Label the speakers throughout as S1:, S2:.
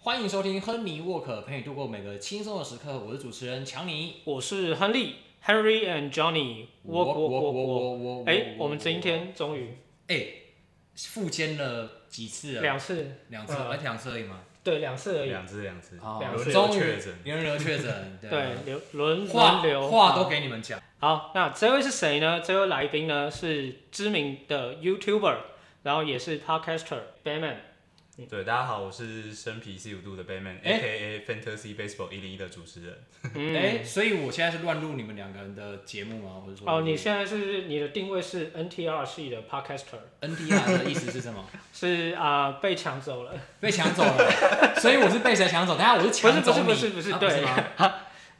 S1: 欢迎收听亨尼沃克，陪你度过每个轻松的时刻。我是主持人强尼。
S2: 我是亨利 Henry and Johnny。我我我我。
S1: 我
S2: 哎，我们今天终于
S1: 哎复健了几次了？
S2: 两次，
S1: 两次，
S2: 嗯
S1: 哎，两次而已吗？
S2: 对，两次而已。
S3: 两只两只，
S1: 哦
S2: 两次
S1: 终于
S3: 确诊
S1: 轮流确诊，
S2: 对，流轮
S1: 啊话
S2: 轮流
S1: 话都给你们讲，
S2: 好。那这位是谁呢？这位来宾呢是知名的 YouTuber，然后也是 Podcaster Batman。
S3: 对，大家好，我是生皮四五度的 Batman，A
S1: 哎
S3: K A Fantasy Baseball 一零一的主持人。
S2: 嗯，
S1: 哎，所以我现在是乱录你们两个人的节目吗？或者说
S2: 哦，你现在是你的定位是 NTR 系的 Podcaster，
S1: NTR 的意思是什么？
S2: 是啊、被抢走了。
S1: 被抢走了，所以我是被谁抢走？等一下我是抢走你，
S2: 不是不是不是
S1: 啊
S2: 对
S1: 吗？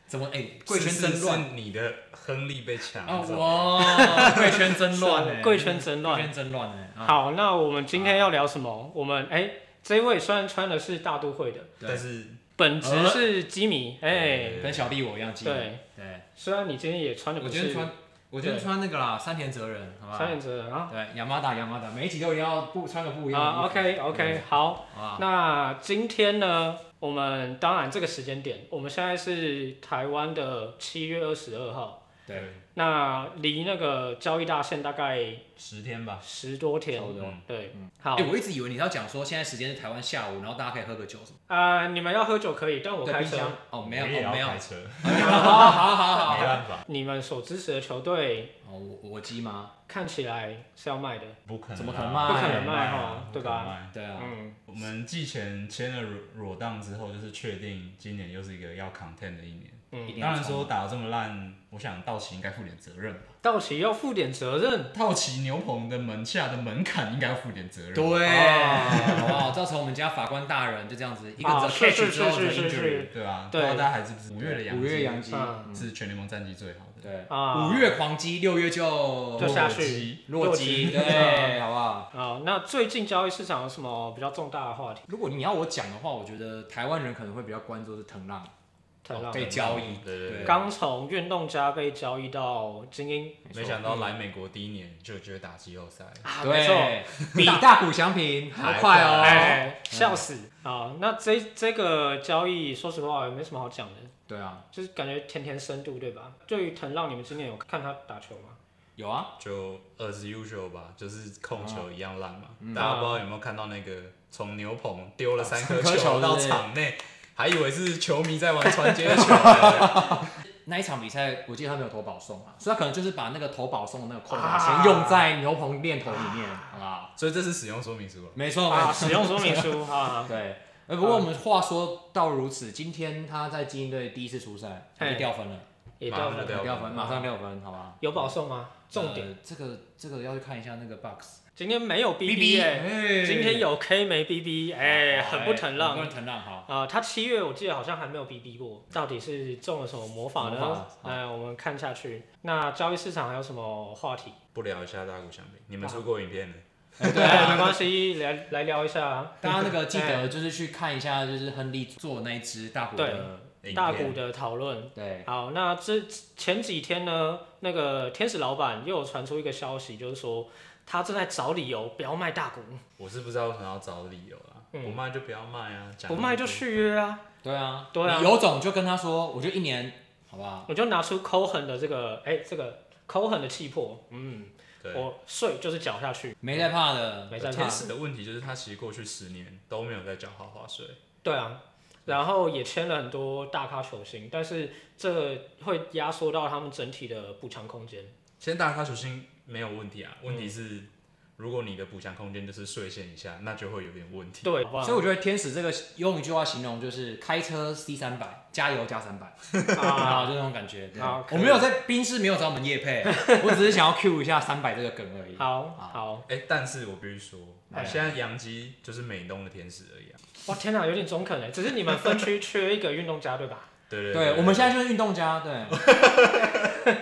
S1: 怎么哎，贵圈
S3: 是是
S1: 真乱
S3: 是你的亨利被抢
S1: 啊！
S3: 走，
S1: 哇，贵圈真乱哎，
S2: 啊贵圈真乱
S1: 贵圈真乱哎！ 啊，
S2: 好，那我们今天要聊什么？我们哎、这位虽然穿的是大都会的，
S1: 对
S3: 但是
S2: 本职是基米，哎、
S1: 跟小弟我一样记忆
S2: 对，
S1: 对，
S2: 虽然你今天也穿的
S1: 我
S2: 不
S1: 今天
S2: 是
S1: 穿，我今天
S2: 对
S1: 穿那个啦，山田哲人，好不
S2: 穿
S1: 好？
S2: 点折啊
S1: 对，亚麻达亚麻达，每一集都一定要不穿个不一样的
S2: 啊
S1: 衣服
S2: ，OK
S1: 对
S2: OK，好，
S1: 好不好？
S2: 那今天呢，我们当然这个时间点，我们现在是台湾的七月二十二号，
S1: 对，
S2: 那离那个交易大限大概
S3: 十天吧，
S2: 十多天
S1: 差不，多
S3: 嗯
S2: 对，好
S1: 哎，我一直以为你要讲说现在时间是台湾下午，然后大家可以喝个酒什么？
S2: 啊、你们要喝酒可以，但我
S1: 对
S2: 开
S1: 冰
S2: 车
S1: 箱。哦，没有
S3: 我也
S1: 哦，
S3: 要
S1: 没有
S3: 开，车，
S1: 好好好好
S3: 没
S1: 好。
S3: 办法，
S2: 你们所支持的球队
S1: 哦，我我鸡吗？
S2: 看起来是要卖的，
S3: 不可能啊，
S1: 怎么可能卖
S2: 不可能卖
S3: 啊
S2: 哦对？
S3: 不可
S2: 吧
S3: 能卖
S1: 对啊，
S2: 嗯，
S3: 我们季前签了裸裸档之后，就是确定今年又是一个要 content 的一年。
S2: 嗯
S1: 一定要
S3: 当然
S1: 冲啊
S3: 说打得这么烂，我想道奇应该负点责任吧。
S2: 道奇要负点责任。
S3: 道奇牛棚的门下的门槛应该要负点责任。
S1: 对，
S2: 哦
S1: 好不好？造成我们家法官大人就这样子一个
S2: 啊
S1: the
S2: 是
S1: catch
S2: 是
S1: 之后
S2: 是
S1: 的
S2: 是
S1: injury，
S2: 是
S3: 对啊，
S2: 对
S3: 不知道大家还记不记得五月的洋
S1: 五月
S3: 基
S1: 洋基，
S2: 嗯
S3: 是全联盟战绩最好的。
S1: 对，
S2: 啊
S1: 五月狂鸡，六月就
S2: 就下
S3: 洛
S2: 去
S3: 基
S1: 落基，
S2: 基 嗯
S1: 对，好不好？
S2: 好，那最近交易市场有什么比较重大的话题？
S1: 如果你要我讲的话，我觉得台湾人可能会比较关注是藤浪
S2: 特浪
S1: 被交易，
S3: 哦对对对
S2: 刚从运动家被交易到精英
S3: 没想到来美国第一年就觉得打季后赛，
S2: 啊，没
S1: 对，
S2: 错，
S1: 哎比大谷翔平还快哦。
S2: 哎，笑死啊！那这这个交易，说实话也没什么好讲的，
S1: 对啊，
S2: 就是感觉天天深度，对吧？对于藤浪，你们今年有看他打球吗？
S1: 有啊，
S3: 就 as usual 吧，就是控球一样烂嘛
S1: 嗯。
S3: 大家不知道有没有看到那个从牛棚丢了三颗
S1: 三颗球
S3: 球到
S1: 对不对
S3: 场内，还以为是球迷在玩传接球呢。
S1: 那一场比赛，我记得他没有投保送啊，所以他可能就是把那个投保送的那个扣打
S2: 啊
S1: 先用在牛棚练投里面，好不好？
S3: 所以这是使用说明书了。
S1: 没错，没
S2: 啊，
S1: 错。
S2: 使用说明书啊，
S1: 对，呃，不过我们话说到如此，今天他在精英队第一次出赛，他
S2: 嘿
S1: 就掉分了，
S2: 也
S3: 马
S2: 到
S3: 上就
S2: 了
S3: 掉
S1: 掉
S3: 分
S1: 分，马上掉分，好吧？
S2: 有保送吗？重点，
S1: 呃这个这个要去看一下那个 box。
S2: 今天没有
S1: BB
S2: BB 哎，今天有 K 没 BB 哎，
S1: 好
S2: 很不疼浪
S1: 很不。疼浪哈。
S2: 啊、他七月我记得好像还没有 BB 过，到底是中了什么魔
S1: 魔
S2: 法呢
S1: 法？啊好
S2: 哎，我们看下去。那交易市场还有什么话题？
S3: 不聊一下大谷翔平，你们出过影片的，
S1: 哎 对
S2: 哎
S1: 啊，
S2: 没关系，来来聊一下
S1: 大家那个记得就是去看一下，就是亨利做那一只大虎的，
S3: 影片
S2: 大股的讨论。
S1: 对，
S2: 好，那这前几天呢，那个天使老板又有传出一个消息，就是说他正在找理由不要卖大股，
S3: 我是不知道为什么要找理由啦，
S2: 嗯
S3: 不卖就不要卖啊，讲
S2: 不
S3: 那么
S2: 卖就
S3: 多
S2: 续约啊。
S1: 对啊，
S2: 对啊
S1: 你有种就跟他说，我就一年，好不好？
S2: 我就拿出抠痕的这个，哎、这个抠痕的气魄，嗯，
S3: 对。
S2: 我税就是缴下去，
S1: 没在怕的，
S2: 没在怕
S3: 天。使的问题就是他其实过去十年都没有在缴豪华税，
S2: 对啊，然后也签了很多大咖球星，但是这会压缩到他们整体的补偿空间。
S3: 其实大咖球星没有问题啊，问题是如果你的补强空间就是税线以下，那就会有点问题。
S2: 对，好不
S1: 所以我觉得天使这个用一句话形容就是开车 C 三百，加油加三百。
S2: 好
S1: 啊，
S2: 啊，
S1: 就那种感觉。对
S2: 好
S1: 我
S2: 可以
S1: 没有在冰室没有找我们叶配，我只是想要 Q 一下三百这个梗而已。
S2: 好好，
S3: 哎、但是我必须说
S1: 哎，
S3: 现在洋基就是美东的天使而已啊。
S2: 哇，天哪，有点中肯哎，只是你们 分区缺一个运动家对吧？
S3: 对对
S1: 对，我们现在就是运动家， 对，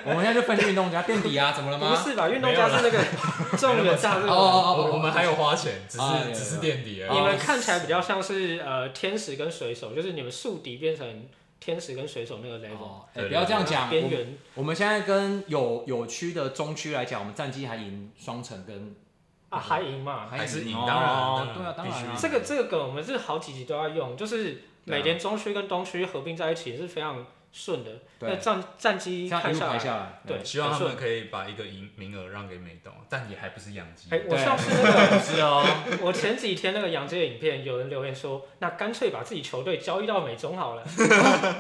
S1: 我们现在就分析运动家垫底啊，怎么了
S2: 不
S1: 吗？
S2: 是吧？运动家是 那个中人大热
S1: 哦哦哦
S2: 门。
S1: 哦
S3: 我我们还有花钱，只是、
S1: 啊有有
S3: 只是垫底而
S2: 你
S3: 已。
S2: 们看起来比较像是呃天使跟水手，就是你们宿敌变成天使跟水手那个 level，
S1: 哦哎
S3: 对
S1: 不要这样讲，
S2: 边
S1: 我
S2: 缘
S1: 我们现在跟有有区的中区来讲，我们战绩还赢双城跟
S2: 啊，还赢嘛。
S3: 还是赢
S1: 哦
S3: 当然当然
S1: 对啊，当然啊
S3: 必须
S2: 这个这个梗我们是好几集都要用，就是每年中区跟东区合并在一起是非常顺的。那
S1: 对，
S2: 战战绩
S1: 像
S2: 看
S1: 一路
S2: 下
S1: 排
S2: 来，
S1: 下来，
S2: 对，
S3: 希望他
S2: 很顺
S3: 们可以把一个赢名额让给美东，但也还不是养鸡。
S2: 哎、我
S1: 对
S2: 上次那个，
S1: 是 哦，
S2: 我前几天那个杨杰影片，有人留言说，那干脆把自己球队交易到美 中好了。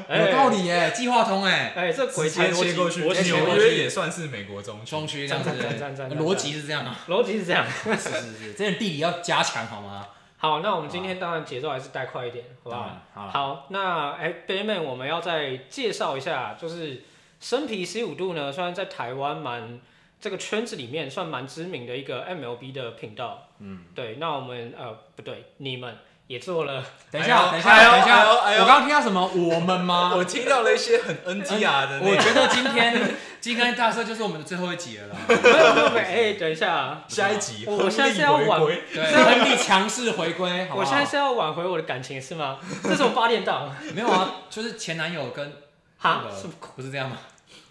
S2: 哎
S1: 有道理耶， 计划通哎，
S2: 哎、这鬼
S3: 直
S2: 才
S3: 接
S2: 逻辑
S3: 切过去，
S2: 逻辑
S1: 切
S3: 纽
S1: 过
S3: 约
S1: 去
S3: 也算是美国中
S1: 中区这样
S2: 赞
S1: 子
S2: 赞，赞赞赞赞
S1: 逻辑是这样 啊，
S2: 逻辑是这样。
S1: 是是是，真的地理要加强好吗？
S2: 好，那我们今天当然节奏还是带快一点，好不
S1: 当
S2: 好？
S1: 然，好了，
S2: 好，那哎，Bayman，我们要再介绍一下，就是生啤 C 五度呢，虽然在台湾蛮这个圈子里面算蛮知名的一个 MLB 的频道，嗯，对，那我们呃不对，你们也做了，
S1: 等一下，
S3: 哎
S1: 等
S3: 呦
S1: 一
S3: 哎
S1: 下，
S3: 呦
S1: 等一
S3: 哎
S1: 下，
S3: 呦哎呦
S1: 我刚刚听到什么？我们吗？
S3: 我听到了一些很 NTR 的
S1: 我
S3: 那
S1: 觉得今天 金刚大社就是我们的最后一集了啦。
S2: 没有没有没有，哎，等一下，
S3: 下一集
S2: 我
S3: 亨
S2: 现在
S3: 利
S2: 是要
S3: 回
S2: 挽
S3: 归，
S1: 对，亨利强势回归，好不
S2: 我现在
S1: 好？
S2: 是要挽回我的感情是吗？这是我八点档，
S1: 没有啊，就是前男友跟
S2: 哈
S1: 那，个
S2: 是
S1: 不是这样吗？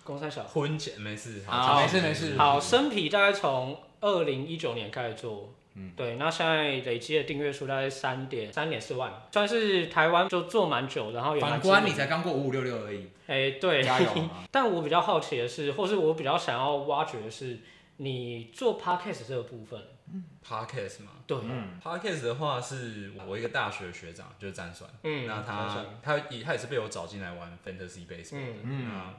S2: 公三小。
S3: 婚前没事，
S1: 好哦
S3: 继续
S1: 没事没事
S2: 好，生啤大概从二零一九年开始做，嗯，对，那现在累积的订阅数大概三点三点四万，算是台湾就做蛮久，然后也蛮
S1: 反
S2: 知
S1: 观
S2: 名
S1: 你才刚过五五六六而已，
S2: 哎、对，
S1: 加油啊！
S2: 但我比较好奇的是，或是我比较想要挖掘的是，你做 podcast 这个部分，
S3: podcast 嘛
S2: 对，
S1: 嗯
S3: ，podcast 的话是我一个大学学长，就是詹酸，
S2: 嗯，
S3: 那他他也他也是被我找进来玩 fantasy baseball 的，
S1: 嗯
S3: 那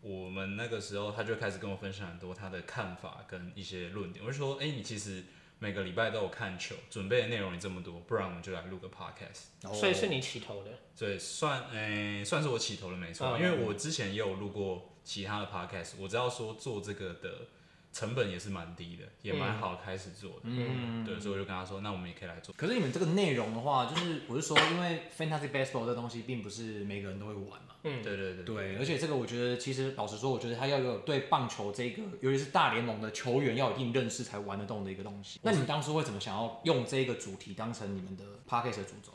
S3: 我们那个时候他就开始跟我分享很多他的看法跟一些论点，我就说，哎、你其实每个礼拜都有看球，准备的内容也这么多，不然我们就来录个 podcast。
S1: 然后
S2: 所以是你起头的，
S3: 所以算，诶、算是我起头了，没错。
S2: 嗯
S3: 因为我之前也有录过其他的 podcast，我知道说做这个的成本也是蛮低的，也蛮好开始做的。嗯，对，所以我就跟他说，那我们也可以来做。
S1: 可是你们这个内容的话，就是我是说，因为 fantasy baseball 这东西并不是每个人都会玩嘛。
S2: 嗯，
S3: 对对对
S1: 对，而且这个我觉得，其实老实说，我觉得他要有对棒球这个，尤其是大联盟的球员要有一定认识才玩得动的一个东西。那你当初为什么想要用这个主题当成你们的 podcast 的主轴？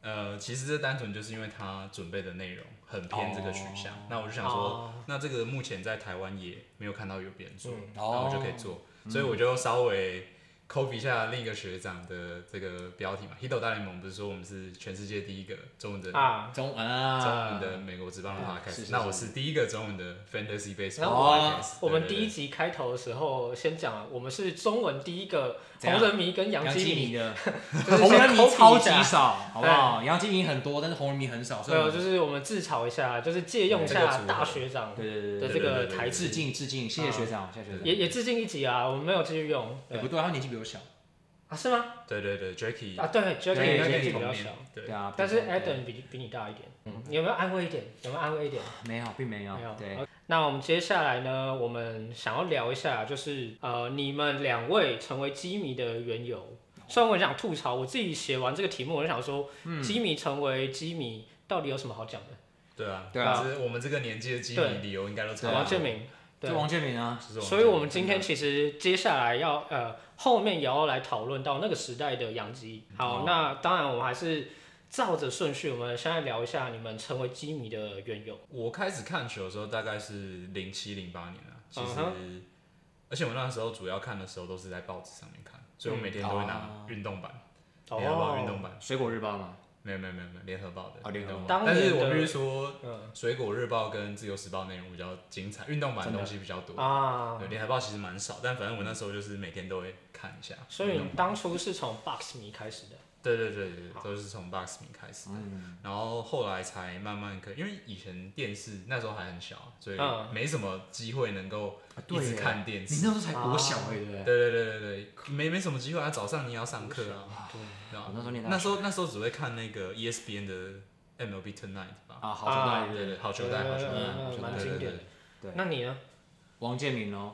S3: 呃，其实这单纯就是因为他准备的内容很偏这个取向，那我就想说，
S2: 哦
S3: 那这个目前在台湾也没有看到有别人做，
S2: 嗯
S3: 那我就可以做，所以我就稍微 copy 一下另一个学长的这个标题嘛，《Hito 大联盟》不是说我们是全世界第一个中文的
S2: 啊，
S1: 中啊，
S3: 中文的美国职棒的 podcast，、
S1: 是是是
S3: 那我是第一个中文的 fantasy
S2: 然
S3: baseball
S2: 后哦
S3: podcast 对。
S2: 我们
S3: 对
S2: 第一集开头的时候先讲了，我们是中文第一个红人迷跟
S1: 杨
S2: 杨基
S1: 基
S2: 迷，
S1: 迷的，
S2: 就是
S1: 红人迷
S2: 先 copy
S1: 超级
S2: 一下
S1: 少，好不好？杨基迷很多，但是红人迷很少，哦所
S2: 没
S1: 以
S2: 有，
S1: 我
S2: 就
S1: 们
S2: 是我们自嘲一下，就是借用一
S3: 这个
S2: 下
S3: 组合
S2: 大学长
S1: 对对对
S2: 的
S1: 对
S2: 这
S3: 对对
S2: 个
S3: 对对
S2: 台
S1: 致
S2: 词，
S1: 敬致敬，谢谢学长，谢谢学长。
S2: 也也致敬一集啊，我们没有继续用，
S1: 也
S2: 对
S1: 不对，他年纪比我小。
S2: 啊是吗？
S3: 对对对，Jacky，、
S2: 啊对 j a c k
S1: 对
S2: i
S1: 应
S2: e
S1: 该
S2: 年
S1: 跟
S2: 纪
S1: 你
S2: 比较
S3: 同
S2: 小
S3: 年，对
S1: 对啊，
S2: 但是
S1: 比我嗯
S2: Adam 比比你大一点，你有没有安慰一点？有没有安慰一点？
S1: 没有，并没有
S2: 没有。。
S1: 对，
S2: 好那我们接下来呢，我们想要聊一下，就是呃，你们两位成为基迷的缘由。虽然我很想吐槽，我自己写完这个题目，我就想说，
S1: 嗯
S2: 基迷成为基迷到底有什么好讲的？
S3: 对啊，
S1: 对啊
S3: 其实我们这个年纪的基
S2: 对
S3: 迷理由应该都差
S1: 对啊
S3: 不
S2: 王
S3: 多
S2: 建。民，对
S1: 就，王建民啊，
S3: 就是
S2: 所以，我们今天其实接下来要呃，后面也要来讨论到那个时代的养鸡。好，那当然我们还是照着顺序，我们先来聊一下你们成为鸡迷的缘由。
S3: 我开始看球的时候大概是零七零八年啊，其实
S2: 嗯
S3: 而且我那时候主要看的时候都是在报纸上面看，所以我每天都会拿运动版，
S2: 嗯
S3: 联
S2: 哦
S3: 合哎报运动版，
S1: 水果日报嘛，
S3: 没有没有没有没有联合报的
S1: 哦联合报
S3: 运动
S2: 当
S3: 版
S2: 年
S3: 但
S2: 的
S3: 是我必须说，
S2: 嗯
S3: 水果日报跟自由时报内容比较精彩，运动版的东西比较多。
S2: 啊，
S3: 对，联合报其实蛮少，但反正我那时候就是每天都会看一下。
S2: 所以你当初是从 Box 迷开始的。
S3: 对对对对，都是从 Box 米开始的，然后后来才慢慢可，因为以前电视那时候还很小，所以
S2: 嗯
S3: 没什么机会能够
S1: 啊
S3: 一
S1: 对
S3: 直
S1: 耶
S3: 看电
S1: 你
S3: 视。
S1: 那时候才国小哎，对不对？
S3: 对对对对对，没没什么机会啊，早上你也要上课啊，对
S1: 我
S3: 吧
S1: 那时候念大学
S3: 那时候那时候只会看那个 E ESPN 的 MLB Tonight 吧，
S1: 啊，好球
S2: 啊
S1: 大
S3: 对对对，好球
S2: 对
S3: 带，好球带，
S1: 嗯
S3: 好球带
S2: 蛮
S3: 对
S2: 经
S3: 对
S2: 典
S3: 对
S2: 的。
S1: 对
S2: 那你呢？
S1: 王建民哦，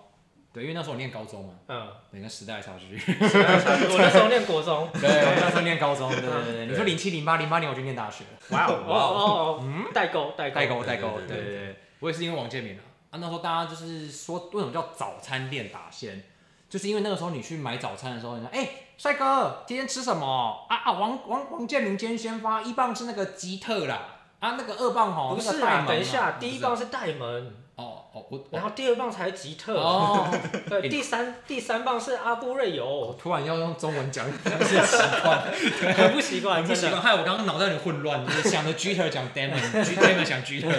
S1: 对，因为那时候我念高中嘛，
S2: 嗯，
S1: 每个时代差距。
S2: 我那时候念国中。
S1: 对，那时候念高中，对对对。你说零七零八零八年我就念大学，
S2: 哇哦哦哦哦，代沟代沟
S1: 代沟
S3: 对
S1: 代
S3: 对
S1: 沟，
S3: 对
S1: 对对对。我也是因为王建民啊，啊那时候大家就是说为什么叫早餐店打线，就是因为那个时候你去买早餐的时候，你说哎。帅哥，今天吃什么啊啊？王王王建民今天先发一棒是那个吉特啦，啊那个二棒吼，
S2: 不
S1: 那个
S2: 是
S1: 戴
S2: 啊，
S1: 蒙
S2: 等一下，
S1: 不
S2: 第一
S1: 是
S2: 棒是戴门，
S1: 哦，哦，我
S2: 然后第二棒才是吉特，
S1: 哦，
S2: 对，第三第三棒是阿布瑞
S1: 我
S2: 尤，
S1: 突然要用中文讲，真是奇 怪，
S2: 很不习惯，
S1: 很不
S2: 真
S1: 习
S2: 的。
S1: 惯，害我刚刚脑袋有点混乱，就是想着 Jeter 讲 Damon，Damon 想 Jeter，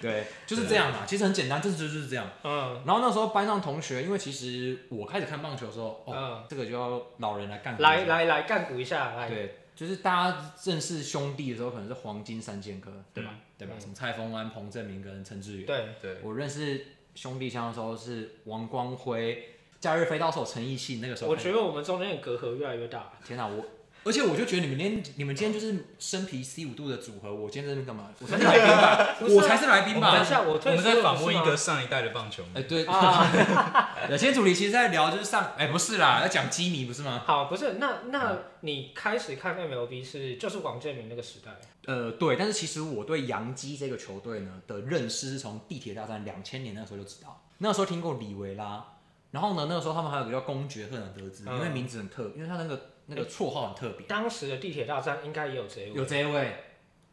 S1: 对，就是这样嘛，其实很简单，这就是这样。
S2: 嗯
S1: 然后那时候班上同学，因为其实我开始看棒球的时候，哦，
S2: 嗯，
S1: 这个就要老人来干活
S2: 来，来来，干股一下，来，
S1: 对，就是大家认识兄弟的时候，可能是黄金三剑客，对吧？对吧？
S2: 嗯
S1: 什么蔡峰安、彭正明跟陈志远。
S2: 对，
S3: 对，
S1: 我认识兄弟相的时候是王光辉、假日飞刀手陈奕迅，那个时候
S2: 我
S1: 开始。
S2: 觉得我们中间的隔阂越来越大。
S1: 天哪、我而且我就觉得你们连你们今天就是生皮 C 五度的组合，我今天在那边干嘛？我才是来宾吧，
S2: 不是啊
S1: 我才是来宾吧
S2: 等一。下，我
S3: 我
S2: 退
S3: 们
S2: 出
S3: 在
S2: 了
S3: 访问一
S2: 不
S3: 个
S2: 是
S3: 上一代的棒球迷
S1: 哎、，对，
S2: 吗啊，
S1: 今天主题其实在聊就是上，哎、不是啦，要讲基尼不是吗？
S2: 好，不是，那那你开始看 MLB 是就是王建民那个时代，
S1: 呃，对，但是其实我对洋基这个球队呢的认识是从地铁大战两千年那个时候就知道，那个时候听过李维拉，然后呢，那个时候他们还有个叫公爵赫兰德兹，
S2: 嗯
S1: 因为名字很特，因为他那个那个绰号很特别。
S2: 当时的地铁大战应该也有这一位，
S1: 哎有啊这一位，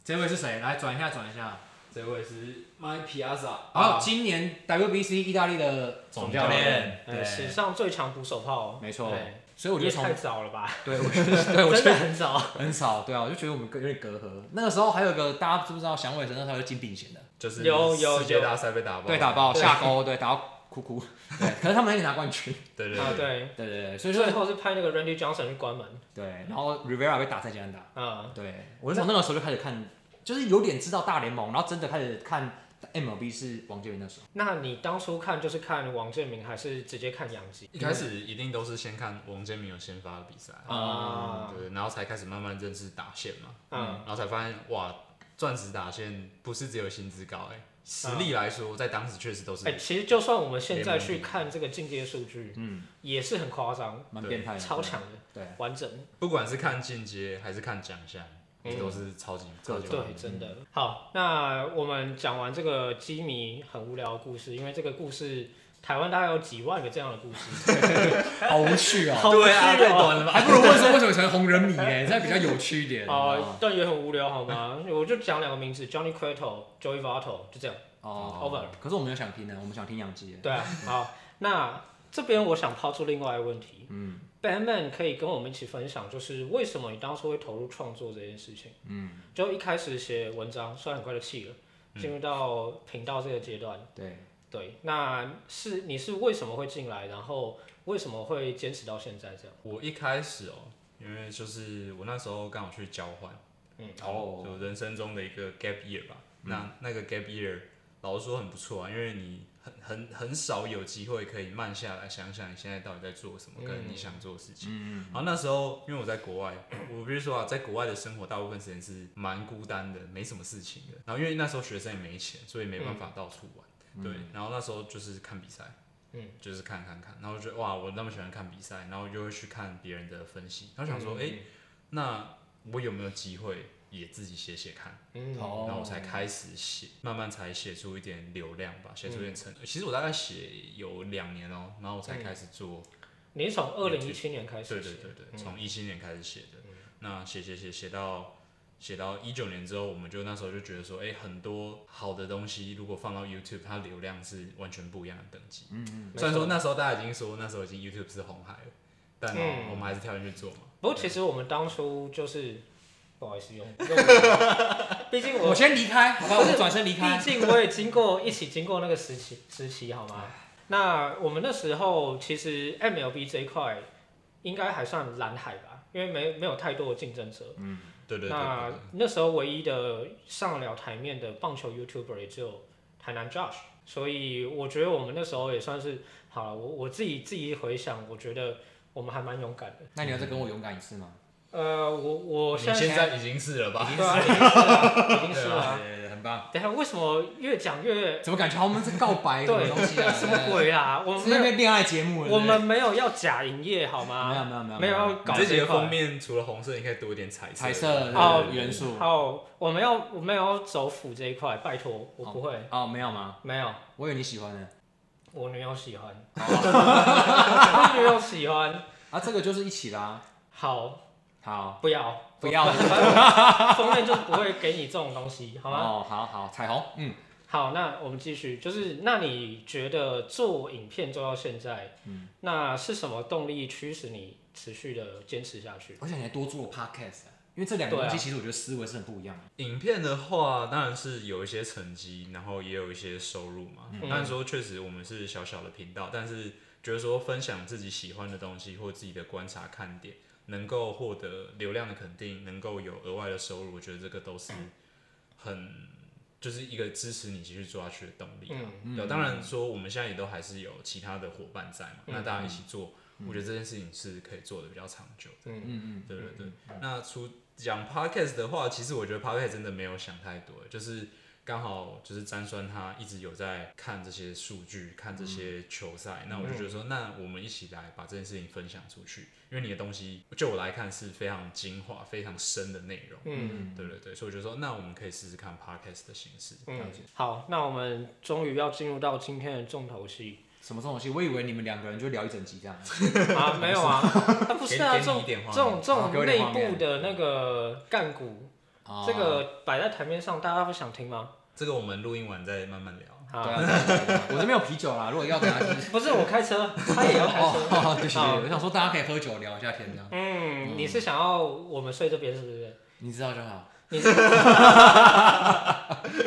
S1: 这一位是谁？来转一下，转一下。
S4: 这位是 My Piazza，
S1: 好，今年 WBC 意大利的总教练，
S2: 呃，史
S1: 对，
S2: 上最长捕手炮，
S1: 没错
S2: 对
S1: 所以我就
S2: 也
S1: 从
S2: 太早了吧，
S1: 对，我觉 得对，我觉
S2: 真的
S1: 得
S2: 很早，
S1: 很少，对啊，我就觉得我们隔有点隔阂。那个时候还有一个大家知不知道响尾蛇那时候还有金炳贤的，
S3: 就是
S2: 有有
S3: 世界大赛被打爆，
S1: 对，打爆
S2: 对
S1: 下钩，对，打到哭哭，对，可是他们还是拿冠军。
S3: 对
S2: 啊
S3: 对，
S2: 对，
S1: 对对对，所以说
S2: 最后是派那个 Randy Johnson 去关门，
S1: 对，然后 Rivera 被打在加拿大，
S2: 啊，
S1: 对我是从那个时候就开始看，就是有点知道大联盟，然后真的开始看 MLB 是王建民那时候，
S2: 那你当初看就是看王建民还是直接看杨基
S3: 一开始一定都是先看王建民有先发的比赛，
S2: 啊？
S3: 对，然后才开始慢慢认识打线嘛，
S2: 嗯，
S3: 然后才发现哇，钻石打线不是只有薪资高哎、实力来说，在当时确实都是
S2: 啊哎，其实就算我们现在去看这个进阶数据，
S1: 嗯，
S2: 也是很夸张，
S1: 蛮变态的，
S2: 超强的，
S1: 对，
S2: 完整。
S3: 不管是看进阶还是看奖项，也都是超级超级
S1: 各种
S2: 嗯
S3: 棒
S2: 对，
S3: 的。
S2: 真的。好，那我们讲完这个基迷很无聊的故事，因为这个故事台湾大概有几万个这样的故事，
S1: 好无趣哦，
S2: 好无趣哦。
S3: 啊了？
S1: 还不如问说为什么成红人迷呢？这样比较有趣一点。
S2: 哦，但也很无聊，好吗？ 我就讲两个名字，Johnny Cueto、Joey Votto，就这样。Over
S1: 哦，可是我们有想听呢，我们想听养鸡。
S2: 对啊，好，那这边我想抛出另外一个问题
S1: 嗯
S2: ，Batman 可以跟我们一起分享，就是为什么你当初会投入创作这件事情？
S1: 嗯，
S2: 就一开始写文章，虽然很快就弃了，进入到频道这个阶段。
S1: 对，
S2: 对，那是你是为什么会进来，然后为什么会坚持到现在这样？
S3: 我一开始哦、因为就是我那时候刚好去交换，
S2: 嗯，
S1: 哦，嗯
S3: 就人生中的一个 gap year 吧。那那个 gap year，老实说很不错啊，因为你很很很少有机会可以慢下来想想你现在到底在做什么，跟你想做的事情。
S1: 嗯，
S3: 然后那时候因为我在国外，我必须说啊，在国外的生活大部分时间是蛮孤单的，没什么事情的。然后因为那时候学生也没钱，所以没办法到处
S1: 嗯
S3: 玩。对，然后那时候就是看比赛。
S2: 嗯，
S3: 就是看看看，然后就觉得哇，我那么喜欢看比赛，然后就会去看别人的分析，然后想说，
S1: 嗯
S3: 哎、那我有没有机会也自己写写看？
S2: 嗯，哦
S1: 哦
S3: 然后我才开始写，慢慢才写出一点流量吧，写
S2: 嗯
S3: 出一点成。其实我大概写有两年哦、然后我才开始做。
S2: 你是从二零一七年嗯开
S3: 对
S2: 始写
S3: 对
S2: 的，
S3: 对对，
S2: 嗯
S3: 从一七年开始写的。那写写写写到写到一九年之后，我们就那时候就觉得说，哎、很多好的东西如果放到 YouTube，它流量是完全不一样的等级。
S2: 嗯没错
S3: 虽然说那时候大家已经说那时候已经 YouTube 是红海了，但
S2: 嗯
S3: 我们还是跳进去做嘛。
S2: 不过其实我们当初就是不好意 思用，用毕竟
S1: 我
S2: 我
S1: 先离开，好吧，
S2: 不
S1: 我
S2: 是
S1: 转身离
S2: 毕
S1: 开。
S2: 竟我也经过一起经过那个时期时期，好吗？那我们那时候其实 MLB 这一块应该还算蓝海吧，因为没没有太多的竞争者。
S3: 对对对对
S2: 那
S3: 对
S2: 那时候唯一的上得了台面的棒球 YouTuber 也只有台南 Josh，所以我觉得我们那时候也算是好了。我我自己自己回想，我觉得我们还蛮勇敢的。
S1: 那你要再跟我勇敢一次吗？
S2: 呃，我我
S3: 你
S2: 现在
S3: 现在已经是了吧？
S2: 对啊，已经是了，已经是
S3: 对
S2: 了。
S1: 对，很棒。
S2: 等一下为什么越讲越
S1: 怎么感觉好像我们在告白什么东西啊？
S2: 什么鬼啦？我们
S1: 是
S2: 没
S1: 那
S2: 有
S1: 边恋爱节目了？
S2: 我们没有要假营业好
S1: 没有
S2: 吗？
S1: 没有没有
S2: 没有要搞
S3: 你这集
S2: 一
S3: 的
S2: 块
S3: 封。面除了红色，你可以多一点彩色。
S1: 彩色
S2: 哦
S1: 的元素
S2: 好，我们要我们要走腐这一块，拜托，我不会，
S1: 哦，没有吗？
S2: 没有。
S1: 我以为你喜欢呢。 哦
S2: 我女友喜欢，我女友喜欢。
S1: 啊，这个就是一起啦。
S2: 好，
S1: 好，
S2: 不要
S1: 不要
S2: 封面就是不会给你这种东西，好吗？啊
S1: 哦哦，好好，彩虹，嗯，
S2: 好，那我们继续，就是那你觉得做影片做到现在，嗯，那是什么动力驱使你持续的坚持下去？
S1: 而且你还多做 podcast，、啊、因为这两个
S2: 对啊
S1: 东西其实我觉得思维是很不一样的。
S3: 影片的话，当然是有一些成绩，然后也有一些收入嘛。当然说，确实我们是小小的频道，但是觉得说分享自己喜欢的东西或自己的观察看点，能够获得流量的肯定，能够有额外的收入，我觉得这个都是很就是一个支持你继续做下去的动力
S1: 嗯
S3: 啊。对，当然说我们现在也都还是有其他的伙伴在嘛，那大家一起做，我觉得这件事情是可以做的比较长久。
S2: 嗯
S1: 嗯
S3: 对对对。那除讲 podcast 的话，其实我觉得 podcast 真的没有想太多，就是刚好就是詹酸他一直有在看这些数据，看这些球赛，那我就觉得说，那我们一起来把这件事情分享出去，因为你的东西就我来看是非常精华、非常深的内容。
S2: 嗯
S3: 对对对，所以我就说，那我们可以试试看 podcast 的形式。
S2: 嗯，好，那我们终于要进入到今天的重 头戏
S1: 什么这种东西？我以为你们两个人就聊一整集这样。
S2: 啊，没有啊，啊不是啊，这
S3: 给给你
S2: 种
S3: 一点画面
S2: 这种这
S1: 好给我
S2: 种
S1: 一
S2: 内
S1: 点画面
S2: 部的那个干股，
S1: 哦
S2: 这个摆在台面上，大家会想听吗？
S3: 这个我们录音完再慢慢聊。
S1: 对
S2: 啊，
S1: 啊，对啊对啊我这边有啤酒啦，如果要等下 就是。
S2: 不是我开车，他也要开车。
S1: 哦，对不起，对不
S2: 好
S1: 起我想说大家可以喝酒聊一下天这样，
S2: 嗯，你是想要我们睡这边是不是？
S1: 你知道就好。
S2: 你是
S1: 嗯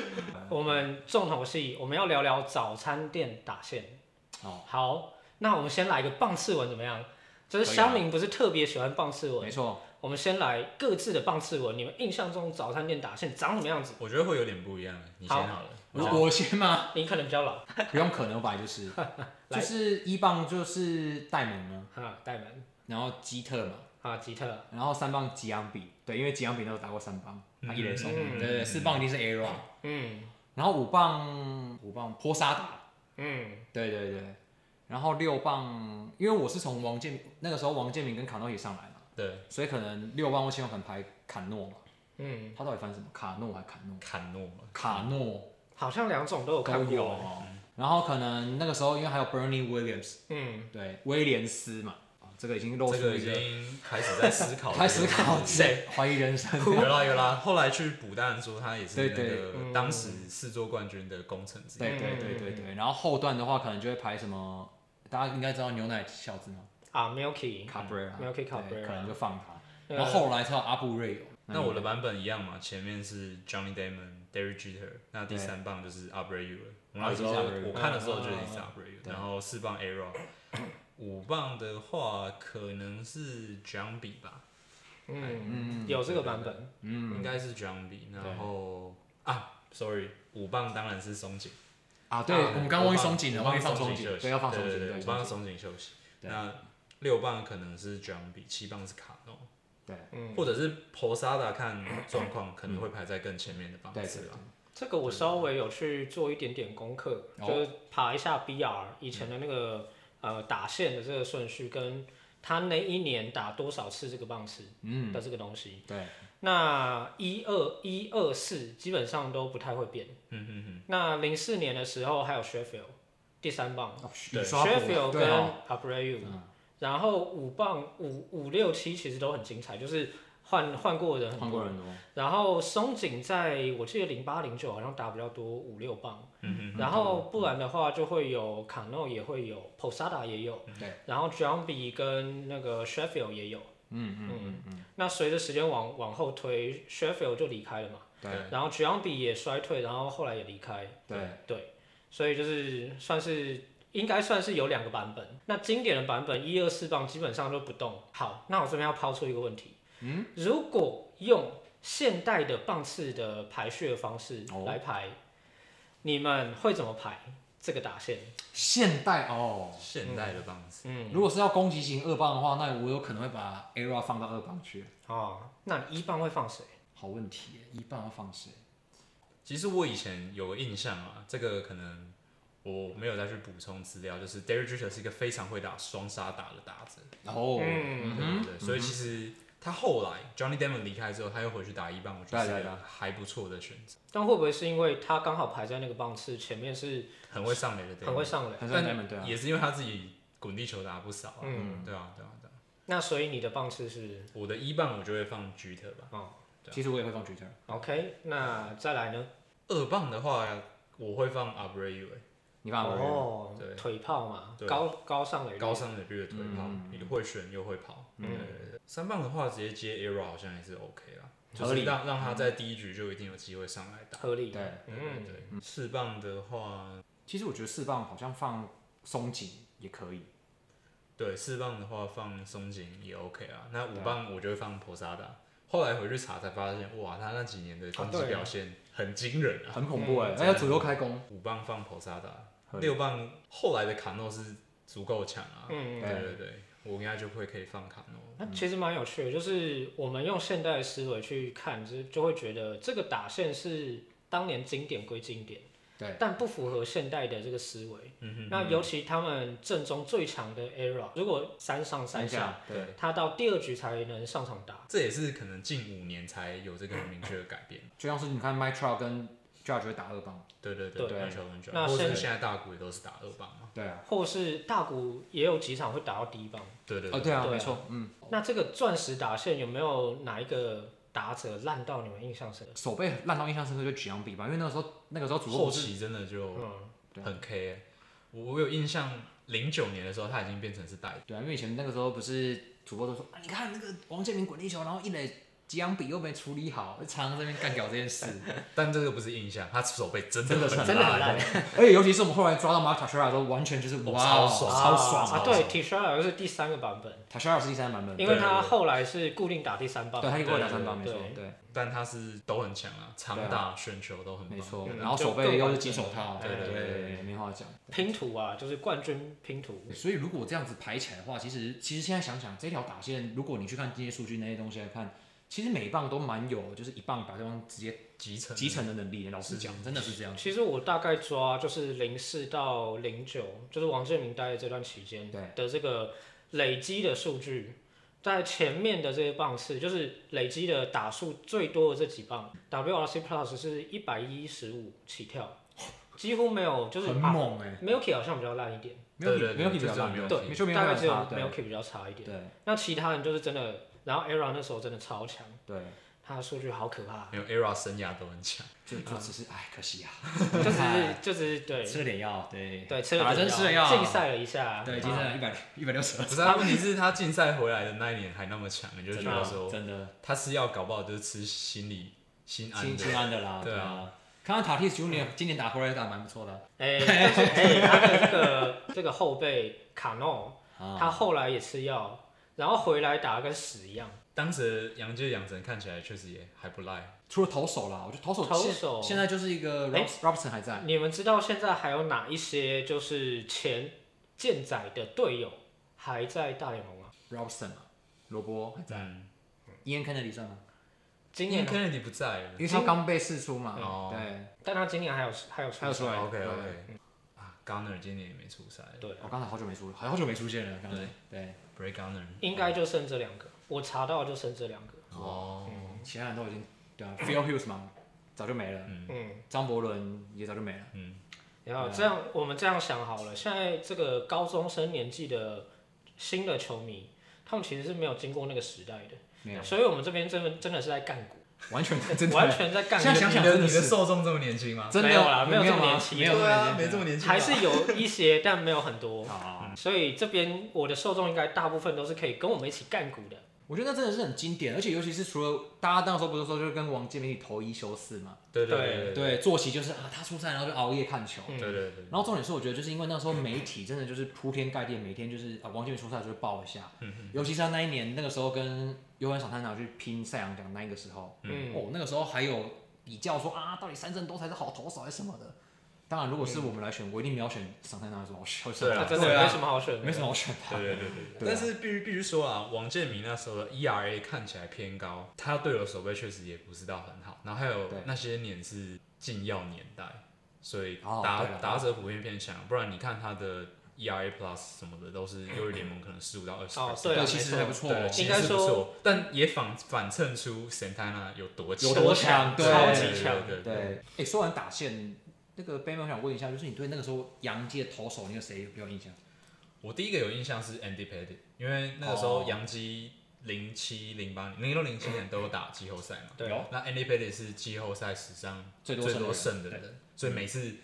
S2: 我们重头戏，我们要聊聊早餐店打线。
S1: 哦，
S2: 好，那我们先来个棒次文怎么样？就是
S1: 可以啊
S2: 乡民不是特别喜欢棒次文
S1: 没，错，
S2: 我们先来各自的棒次文，你们印象中早餐店打线长什么样子？
S3: 我觉得会有点不一样，你先
S2: 好
S3: 好了。
S1: 我我先吗？
S2: 你可能比较老
S1: 不用可能， 我本来就是，
S2: 来
S1: 就是一棒就是戴蒙嘛，
S2: 啊，戴门
S1: 然后基特嘛，
S2: 啊，吉特，
S1: 然后三棒吉昂比，对，因为吉昂比那时候打过三棒，他一连胜，
S2: 嗯
S1: 对对对，四棒一定是 A r o n
S2: 嗯
S1: 然后五棒五棒波沙达，
S2: 嗯
S1: 对对对，然后六棒，因为我是从王建那个时候王建民跟卡诺一起上来嘛，
S3: 对，
S1: 所以可能六棒我希望可能排卡诺嘛，
S2: 嗯，
S1: 他到底翻什么卡诺还卡诺？
S3: 坎诺嘛，
S1: 卡诺
S2: 好像两种都有
S1: 都
S2: 看
S1: 有
S2: 过，
S1: 哦，然后可能那个时候因为还有 Bernie Williams，
S2: 嗯，
S1: 对，威廉斯嘛，哦这个已经露出
S3: 这个
S1: 一
S3: 已
S1: 个。
S3: 经开始在思 考，
S1: 开始考谁
S2: 谁
S1: 怀疑人生。
S3: 有啦有啦，后来去补蛋说他也是
S1: 对
S3: 那
S1: 对
S3: 个
S2: 嗯
S3: 当时四座冠军的功臣之一。
S1: 对对对对
S3: 嗯
S1: 对，然后后段的话，可能就会排什么，大家应该知道牛奶小子嘛
S2: 啊，Milky，
S1: ，Cabrera，对
S2: Milky
S1: 可能
S2: Cabrera，
S1: 就放他。
S2: 呃
S1: 然后后来才有阿布瑞友。
S3: 那我的版本一样嘛，前面是 Johnny Damon、Derek Jeter，那第
S1: 对
S3: 三棒就是 Abreu 了。我
S1: 啊
S3: 那时候
S1: 就是 Abreu
S3: 我看的时候就已经是
S1: 啊
S3: Abreu，
S1: 对
S3: 然后四棒 Aaron，五棒的话可能是 j u m b y 吧，
S2: 嗯，有这个版本，
S1: 嗯
S3: 应该是 j u m b y 然后啊，sorry，五棒当然是松井。
S1: 啊，对，我们刚刚忘记松紧了，
S3: 五棒
S1: 忘记放松
S3: 松
S1: 紧
S3: 休，息
S1: 对，要放松
S3: 对
S1: 紧，
S3: 对
S1: 对，
S3: 对，五棒松紧休息。
S1: 对
S3: 那六棒可能是 j u m b y 七棒是卡诺，
S1: 对
S2: 嗯，
S3: 或者是 Posada 看状况可能会排在更前面的棒
S1: 对对
S3: 次啦。
S2: 这个我稍微有去做一点点功课，
S1: 哦
S2: 就是爬一下 BR 以前的那个、呃打线的这个顺序，跟他那一年打多少次这个棒次
S1: 嗯，
S2: 的这个东西。
S1: 对，
S2: 那一二一二四基本上都不太会变。
S3: 嗯嗯嗯，
S2: 那零四年的时候还有 Sheffield 第三棒
S1: 哦
S3: 对
S1: 雨刷
S2: ，Sheffield
S1: 火，
S2: 跟
S1: 对哦，
S2: Abreu，、然后五棒五五六七其实都很精彩，就是换换过的人很多
S1: 换过人多，
S2: 然后松井在我记得零八零九好像打比较多五六棒，
S3: 嗯
S2: 然后不然的话就会有卡诺也会有，Posada 也有，
S3: 嗯
S1: 对，
S2: 然后 j o h n b 跟那个 Sheffield 也有。
S1: 嗯嗯
S2: 嗯嗯。那随着时间往往后推，Sheffield 就离开了嘛，
S1: 对
S2: 然后 j o h n b 也衰退，然后后来也离开，
S1: 对，
S2: 对，所以就是算是应该算是有两个版本。那经典的版本一二四棒基本上都不动。好，那我这边要抛出一个问题，嗯，如果用现代的棒次的排序的方式
S1: 哦
S2: 来排，你们会怎么排这个打线？
S1: 现代哦。
S3: 现代的棒次，
S2: 嗯，
S1: 如果是要攻击型二棒的话，那我有可能会把 ERA 放到二棒去。
S2: 哦，那你一棒会放谁？
S1: 好问题耶，一棒要放谁？
S3: 其实我以前有个印象啊，这个可能我没有再去补充资料，就是 Derek Jeter 是一个非常会打双杀打的打者，
S1: 然后，
S2: 嗯，
S3: 对对对，所以其实他后来 Johnny Damon 离开之后，他又回去打一棒，我觉得是
S1: 对
S3: 一
S1: 对
S3: 个还不错的选择，
S2: 但会不会是因为他刚好排在那个棒次前面是
S3: 很会上垒的 Damon，
S2: 很会上垒？
S1: 很像 Diamond 对啊
S3: 但。也是因为他自己滚地球打不少啊，
S2: 嗯
S3: 对啊对啊对啊。
S2: 那所以你的棒次是
S3: 我的一棒我就会放 G 特吧，
S2: 哦
S3: 对啊
S1: 其实我也会放 Twitter。
S2: ，OK，那再来呢？
S3: 二棒的话我会放 Abreu，欸、
S1: 你看我，
S2: 哦
S3: 对，
S2: 腿炮嘛，
S3: 对
S2: 高高上垒率，
S3: 高上垒率的腿炮，
S1: 嗯
S3: 你会旋又会跑。对对对，三棒的话直接接 Era 好像也是 OK 啦，就
S1: 合
S3: 是
S1: 理嗯
S3: 让让他在第一局就一定有机会上来打。
S2: 合理，
S1: 对，
S3: 对对
S2: 嗯，
S3: 对，四棒的话，
S1: 其实我觉得四棒好像放松紧也可以，
S3: 对四棒的话放松井也 OK 啊。那五棒我就会放 Posada。后来回去查才发现，哇，他那几年
S1: 哦
S3: 的攻
S2: 啊
S3: 击
S2: 对啊
S3: 表现很惊人啊。
S1: 很恐怖哎、欸，
S3: 嗯
S1: 那要左右开弓，
S3: 五棒放 Posada，
S1: 合理
S3: 六棒后来的卡诺是足够强啊。
S2: 嗯
S3: 对对对，我应该就会可以放卡诺。
S2: 那其实蛮有趣的，就是我们用现代思维去看，就是就会觉得这个打线是当年经典归经典，
S1: 对，
S2: 但不符合现代的这个思维。
S3: 嗯哼，
S2: 那尤其他们阵中最强的 ERA，如果三上
S1: 三
S2: 三下，
S1: 下，对，
S2: 他到第二局才能上场打。
S3: 这也是可能近五年才有这个很明确的改变。
S1: 就像是你看 m y t r a 跟 Judge 会打二棒，
S3: 对对对，
S1: 对
S3: 那球很久，
S2: 那
S3: 或者
S2: 现
S3: 是现在大股也都是打二棒嘛。
S1: 对啊，
S2: 或是大谷也有几场会打到低棒，
S3: 对对
S1: 哦
S3: 对，
S1: 对啊，
S2: 对啊
S1: 没错，嗯，
S2: 那这个钻石打线有没有哪一个打者烂到你们印象深刻？
S1: 手背烂到印象深刻就举扬比吧，因为那个时候那个哦时候主
S3: 后
S1: 后是
S3: 期真的就
S2: 嗯，
S1: 对啊
S3: 很 K 欸、我我有印象，零九年的时候他已经变成是代
S1: 对啊，因为以前那个时候不是主播都说啊，你看那个王建民滚地球，然后一垒吉扬比又没处理好，就常常在那边干掉这件事，
S3: 打，但这个不是印象，他手背真的
S1: 真的是
S3: 很
S1: 很
S2: 的
S1: 烂
S2: 很烂，
S1: 而且尤其是我们后来抓到 Mark Tashara 的时候，完全就是
S3: 哦
S1: 哇，
S3: 超爽
S1: 超爽哦
S2: 啊！对 t s h i r 是第三个版本，
S1: ，Tashara 是第三版本，
S2: 因
S1: 对
S2: 为他后来是固定打第三棒，
S1: 他一共
S3: 对
S1: 打三棒，没
S2: 对
S1: 错，对，
S3: 但他是都很强啊，长
S1: 对啊
S3: 打、选球都很棒
S1: 没错
S2: 嗯，
S1: 然后手背又是金手套，
S2: 就
S1: 对
S2: 更
S1: 对
S3: 完整
S1: 对
S3: 对
S1: 对
S3: 对
S1: 对，没话讲。
S2: 拼图啊，就是冠军拼图。
S1: 所以如果这样子排起来的话，其实其实现在想想，这条打线，如果你去看这些数据那些东西来看，其实每一棒都蛮有，就是一棒把对方直接
S3: 集成
S1: 集成的能力。老实讲，真的是这样。
S2: 其实我大概抓就是零四到零九，就是王建民待的这段期间
S1: 对
S2: 的这个累积的数据，在前面的这些棒次，就是累积的打数最多的这几棒，WRC Plus 是一百一十五起 跳，几乎没有，哦就是
S1: 很猛哎、
S2: Milky 好像比较烂一点，
S1: 没有
S3: 对对
S1: 没有比
S3: 对
S1: 较烂，
S3: 就是没有
S1: 对，
S3: 比
S1: 没有比较
S2: 大概只有
S1: 差，对
S2: Milky 比较差一点。
S1: 对
S2: 那其他人就是真的，然后 ERA 那时候真的超强，
S1: 对，
S2: 他的数据 好可怕，
S3: 没有 ERA 生涯都很强，
S1: 就就只是哎，可 惜啊，
S2: 就只是就只是对
S1: 吃了点药，对
S2: 对吃
S1: 哎打
S2: 了
S1: 针
S2: 点
S1: 吃了
S2: 药
S1: 药，啊
S2: 竞赛了一下，啊
S1: 对，今天一百一百六十
S3: 不是啊？问题是他竞赛回来的那一年还那么强，你就觉得
S1: 二，
S3: 说
S1: 真的啊
S3: 他吃药搞不好就是吃心理心安
S1: 心
S3: 的
S1: 心，安的啦，
S3: 对啊
S1: 对啊。嗯看到塔蒂斯 Junior 今年打回来打得蛮不错的
S2: 哎、但是哎、他的这个这个后辈卡诺，
S1: 啊，
S2: 他后来也吃药，然后回来打得跟屎一样。
S3: 当时杨杰养成看起来确实也还不赖，
S1: 除了投手啦，我觉得投手
S2: 投
S1: 现
S2: 手
S1: 现在就是一个
S2: 哎
S1: Rob Robson 还在，
S2: 你们知道现在还有哪一些就是前健仔的队友还在大联盟吗？
S1: Robson 嘛，罗伯还在
S3: 嗯，
S1: ，Ian Kennedy 算吗？
S2: 今
S3: 因为
S2: 年，
S3: Kennedy 不在了
S1: 因为他刚被释出嘛，
S3: 哦
S1: 对，
S2: 但他今年还有还有出
S1: 嗯还有出来
S3: ，OK
S1: 对
S3: OK，啊，Gunner 今年也没出赛
S2: 对
S1: 哦我刚才好久没出，好久没出现了，刚才对，
S3: ，Break Gunner
S1: 嗯
S2: 应该就剩这两个，我查到就剩这两个。
S3: 哦，
S1: 其他人都已经对啊，Phil Hughes 嘛，早就没了，
S2: 嗯，
S1: 张伯伦也早就没了，
S2: 然
S1: 啊
S2: 后这样、我们这样想好了，现在这个高中生年纪的新的球迷，他们其实是没有经过那个时代的，
S1: 没有，
S2: 所以我们这边真的真的是在干股。
S1: 完全真的
S2: 完全在干
S1: 现在
S2: 掉
S1: 想想
S3: 你的
S1: 真的
S3: 你的
S1: 是
S3: 受众这么年轻吗？
S1: 真的
S2: 没有啦没有这么
S1: 吗
S2: 年轻
S1: 没有
S3: 对啊，没
S1: 年
S3: 这么年轻吧，
S2: 还是有一些，但没有很多嗯
S1: 轻。好。
S2: 所以这边我的受众应该大部分都是可以跟我们一起干股的。
S1: 我觉得那真的是很经典，而且尤其是除了大家那时候不是说就是跟王建民一起投一休四嘛，
S3: 对对对
S1: 对，坐席就是啊他出赛然后就熬夜看球，
S2: 嗯
S3: 对对对，
S1: 然后重点是，我觉得就是因为那时候媒体真的就是铺天盖地，每天就是啊，王建民出赛就会报一下，
S2: 嗯
S1: 尤其是他那一年那个时候跟尤文赏探长去拼赛扬奖那个时候，
S2: 嗯
S1: 哦，那个时候还有比较说啊，到底三振多才是好投手还是什么的。当然，如果是
S2: 嗯
S1: 我们来选，我一定没有选赏探长说我选什
S3: 对
S1: 么
S3: 啊
S2: 那，真
S1: 对
S2: 的
S1: 啊
S2: 没什么好选的，
S1: 没什么好选
S3: 对
S1: 的。
S3: 对对对
S1: 对
S3: 对，
S1: 啊
S3: 但是必须必须说啊，王建民那时候的 ERA 看起来偏高，他队友手背确实也不是到很好，然后还有
S1: 对
S3: 那些年是禁药年代，所以
S1: 哦
S3: 打
S1: 对啊
S3: 打者普遍偏强，不然你看他的 ERA Plus 什么的都是优于联盟可能十五到二十，
S2: 哦对啊
S1: 其实还不错，
S3: 对，
S2: 应
S3: 其
S2: 该
S3: 实是不
S2: 说
S3: 错，但也反反衬出 Santana 有多强
S1: 有，多强，
S2: 多
S1: 对，
S2: 强超
S3: 对
S2: 级强
S3: 对对对
S1: 对，哎，说完打线，那个 Ben，我想问一下，就是你对那个时候洋界投手，你有谁比较有印象？哦
S3: 我第一个有印象是 Andy Pettit，因为那个时候洋基零七、零八年、零六、零七年都有打季后赛嘛。
S2: 对
S1: 有
S3: 那 Andy Pettit 是季后赛史上
S1: 最多
S3: 最
S1: 胜的
S3: 多
S1: 人
S3: 胜的人，所以每次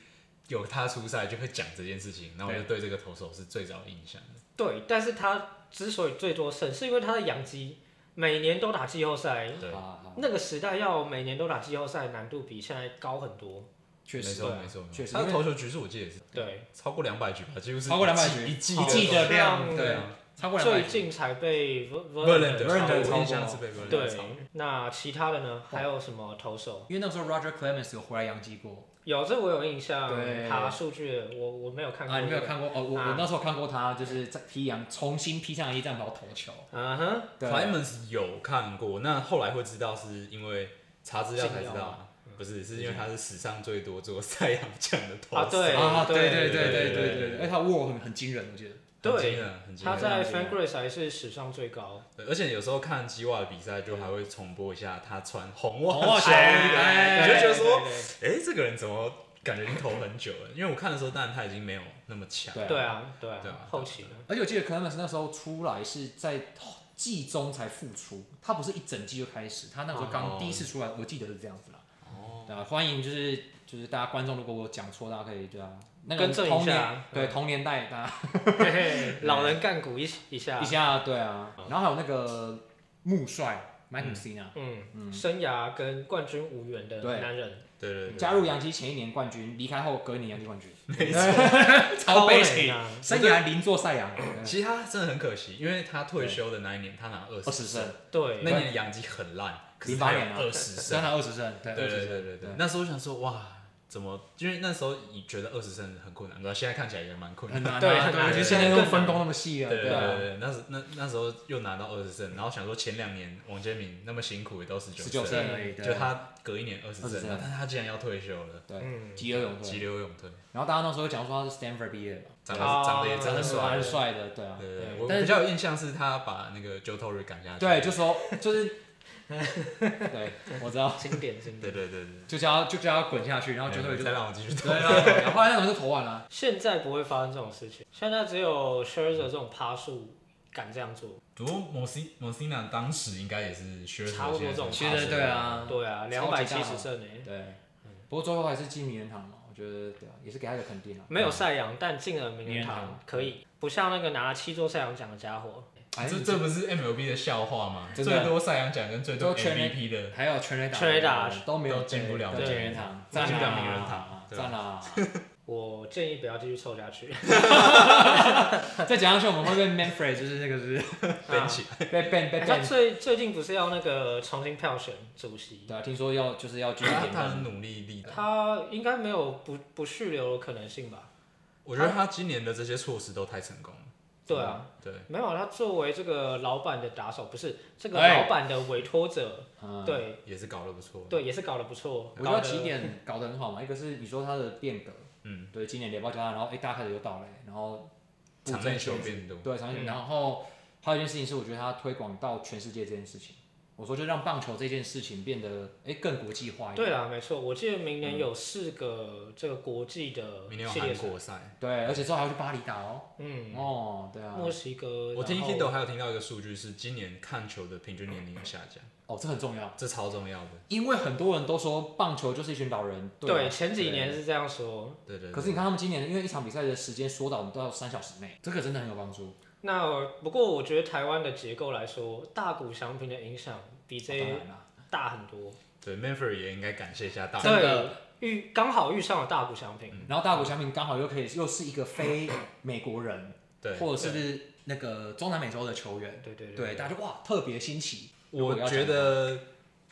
S3: 有他出赛就会讲这件事情，那我就对这个投手是最早印象的。
S2: 对，但是他之所以最多胜，是因为他的养鸡每年都打季后赛，
S3: 对，
S1: 啊，啊
S2: 那个时代要每年都打季后赛难度比现在高很多。
S1: 确
S3: 没
S1: 实
S3: 错
S2: 对啊
S3: 没错，没错
S1: 确实
S3: 他的
S1: 因为
S3: 投球局数我记得也是
S2: 对，
S3: 超过两百局吧，几乎是
S1: 超过
S3: 一
S1: 200
S3: 季
S1: 局
S3: 一季
S1: 一季的量，
S2: 量
S1: 对
S3: 啊，
S1: 超过两
S2: 最
S1: 百。
S2: 近才被
S1: Verlander
S3: Verlander，超过
S1: 超
S3: 我
S1: 过
S3: 印象是被 Verlander
S2: 对
S3: 超过，
S2: 那其他的呢？还有什么投手？
S1: 因为那时候 Roger Clemens 有回来洋基过
S2: 有，这我有印象
S1: 对，
S2: 爬数据的我我没有看过。
S1: 啊，你没有？看过哦？我
S2: 啊
S1: 我那时候看过他，就是在披洋重新披上一战袍投球，
S2: 嗯哼，
S1: 对
S3: Clemens 有看过，那后来会知道是因为查资料才知
S2: 禁药
S3: 道
S2: 吗
S3: 啊，不是，是因为他是史上最多做赛扬奖的投手，
S2: 啊对
S1: 啊，对
S2: 对
S1: 对对对
S3: 对
S1: 对
S3: 对
S1: 对
S3: 对
S1: 对，而且他握很很惊人，我记得。
S3: 很
S2: 对
S3: 惊人，很惊
S2: 他
S3: 人。
S2: 在
S1: 对
S2: Fangrace 还是史上最高。
S3: 对而且有时候看基袜的比赛，就还会重播一下他穿红
S1: 红袜
S3: 袜
S1: 球
S3: 球
S2: 哎
S1: 对
S3: 衣
S1: 对
S3: 的，哎你就觉得说，
S2: 对
S3: 哎，这个人怎么感觉已经投很久了？因为我看的时候，当然他已经没有那么强，
S1: 对
S2: 对对啊，对
S3: 对啊
S2: 啊，后期的。
S1: 而且我记得 Clemens 那时候出来是在季中才复出，他不是一整季就开始，他那时候刚
S3: 哦
S1: 第一次出来，我记得是这样子啦。哦，对啊，欢迎就是就是大家观众，如果我讲错，大家可以对啊，那个
S2: 更正一
S1: 同年
S2: 下
S1: 对同年代大家
S2: 嘿嘿老人干股一一下
S1: 一，下对啊，然后还有那个穆帅 Mike Cena
S2: 嗯，生涯跟冠军无缘的
S1: 对
S2: 男人，
S3: 对对对，
S1: 加入洋基前一年冠军，离开后隔一年洋基冠军，嗯没错，
S2: 超
S1: 超悲
S2: 美
S1: 情，
S2: 啊！
S1: 生涯零座赛扬，对
S3: 其实他真的很可惜，因为他退休的那一年，他拿二
S1: 二十胜，，
S2: 对，
S3: 那年的洋基很烂，可是他有
S1: 08年啊
S3: 二十胜
S1: 三，打二十胜，对
S3: 对
S1: 二
S3: 对
S1: 十
S3: 对
S1: 胜，
S3: 对对，那时候想说哇，怎么？因为那时候你觉得二十胜很困难，然后现在看起来也蛮困
S1: 很
S3: 难。
S1: 难啊，
S2: 对很
S1: 对啊，
S2: 难
S1: 就现在又分工那么细了，
S3: 对对
S1: 啊
S3: 对对，那时那那时候又拿到二十胜，然后想说前两年王建民那么辛苦也都十
S1: 十九
S3: 九
S1: 胜
S3: 胜，
S1: 而已，对
S3: 就他隔一年二十
S1: 20
S3: 胜
S1: 胜，
S3: 但是他竟然要退休了，
S1: 对
S2: 嗯
S1: 急流勇
S3: 急
S1: 退。
S3: 流勇退，
S1: 然后大家那时候讲说他是 Stanford 毕业的嘛，
S3: 长
S1: 对
S3: 得
S1: 啊
S2: 啊
S3: 长得也
S2: 对
S3: 长得
S2: 很
S1: 还
S3: 帅
S1: 是。帅的，对啊
S3: 哦嗯对，对，
S2: 对
S3: 对我
S1: 但是
S3: 比较有印象是他把那个 Joe Torre 赶下去。
S1: 对，就说就是对，我知道，
S2: 经典经典
S3: 对。对对对，
S1: 就叫他就叫他滚下去，然后 Joe Torre 就
S3: 再让我继续投
S1: 对，。然后然后后来那种就投完了，啊
S2: 现在不会发生这种事情，现在只有 Scherzer 这种趴数敢这样做。
S3: 不过莫西莫西纳当时应该也是学
S2: 差不多这种
S1: 其实对，啊，
S2: 对啊，两
S1: 超
S2: 百
S1: 级
S2: 七
S1: 大
S2: 十胜欸诶，
S1: 对，不过最后还是进名人堂嘛，我觉得对啊，也是给他一个肯定啊。
S2: 没有赛扬，但进了名
S1: 名人
S2: 人
S1: 堂
S2: 堂可以，不像那个拿了七座赛扬奖的家伙。
S1: 反
S3: 这
S1: 正
S3: 这不是 MLB 的笑话吗？
S1: 哎真
S3: 最
S1: 的
S3: 多赛扬奖跟最多
S1: 都全垒
S3: MVP 的，
S1: 还有全垒打、
S2: 全垒打
S1: 都没有
S3: 都进不了
S1: 对
S2: 对
S1: 进名人堂，
S3: 进不了
S1: 赞啊
S3: 名人堂对
S1: 赞啊！
S2: 我建议不要继续凑下 去。
S1: 再讲下去我们会被 Manfred 就是那个是
S3: 编起
S1: 被 ban 被
S2: 哎 他
S1: ban，
S2: 最最近不是要那个重新票选主席，
S1: 对啊，听说要就是要继续
S3: 他
S1: 点
S3: 他
S1: 名
S3: 很努力力的，
S2: 他应该没有不不续留的可能性吧？
S3: 我觉得他今年的这些措施都太成功了。
S2: 对啊，
S3: 对，
S2: 没有，他作为这个老板的打手，不是这个
S1: 哎
S2: 老板的委托者，
S1: 嗯，
S2: 对
S3: 也是搞得不错。
S2: 对，也是搞得不错。
S1: 我觉得
S2: 搞得
S1: 起点搞得很好嘛，一个是你说它的变革，
S3: 嗯，
S1: 对，今年猎豹加，然后哎大家开始有倒嘞，然后嗯
S3: 场内球变多，
S1: 对长线，
S2: 嗯
S1: 然后还有一件事情是我觉得它推广到全世界这件事情，我说就让棒球这件事情变得哎更国际化一点，
S2: 对啊啦，没错，我记得明年有四个这个国际的
S3: 明年有
S2: 系列
S3: 韩
S2: 赛，
S3: 国赛。
S1: 对，而且之后还要去巴黎打哦，
S2: 嗯，
S1: 哦，对啊，
S2: 墨西哥。
S3: 我听
S2: 然后
S3: Kido 还有听到一个数据是，今年看球的平均年龄有下降，
S1: 哦这很重要，
S3: 这超重要的。
S1: 因为很多人都说棒球就是一群老人，啊
S2: 对前几年是这样说。
S3: 对对。对
S1: 可是你看他们今年，因为一场比赛的时间缩短到三小时内，这个真的很有帮助。
S2: 那我不过我觉得台湾的结构来说，大谷翔平的影响比
S1: 哦当
S2: 这
S1: 然啦，
S2: 大很多。
S3: 对 m a n f r e 也应该感谢一下大
S1: 真
S3: 家。
S1: 的
S2: 对，遇刚好遇上了大谷翔平。
S1: 然后大谷翔平刚好又可以又是一个非美国人，
S3: 对，
S1: 或者是那个中南美洲的球员，
S2: 对对
S1: 嗯对，
S2: 对，
S1: 大家就哇特别新奇。
S3: 我觉得，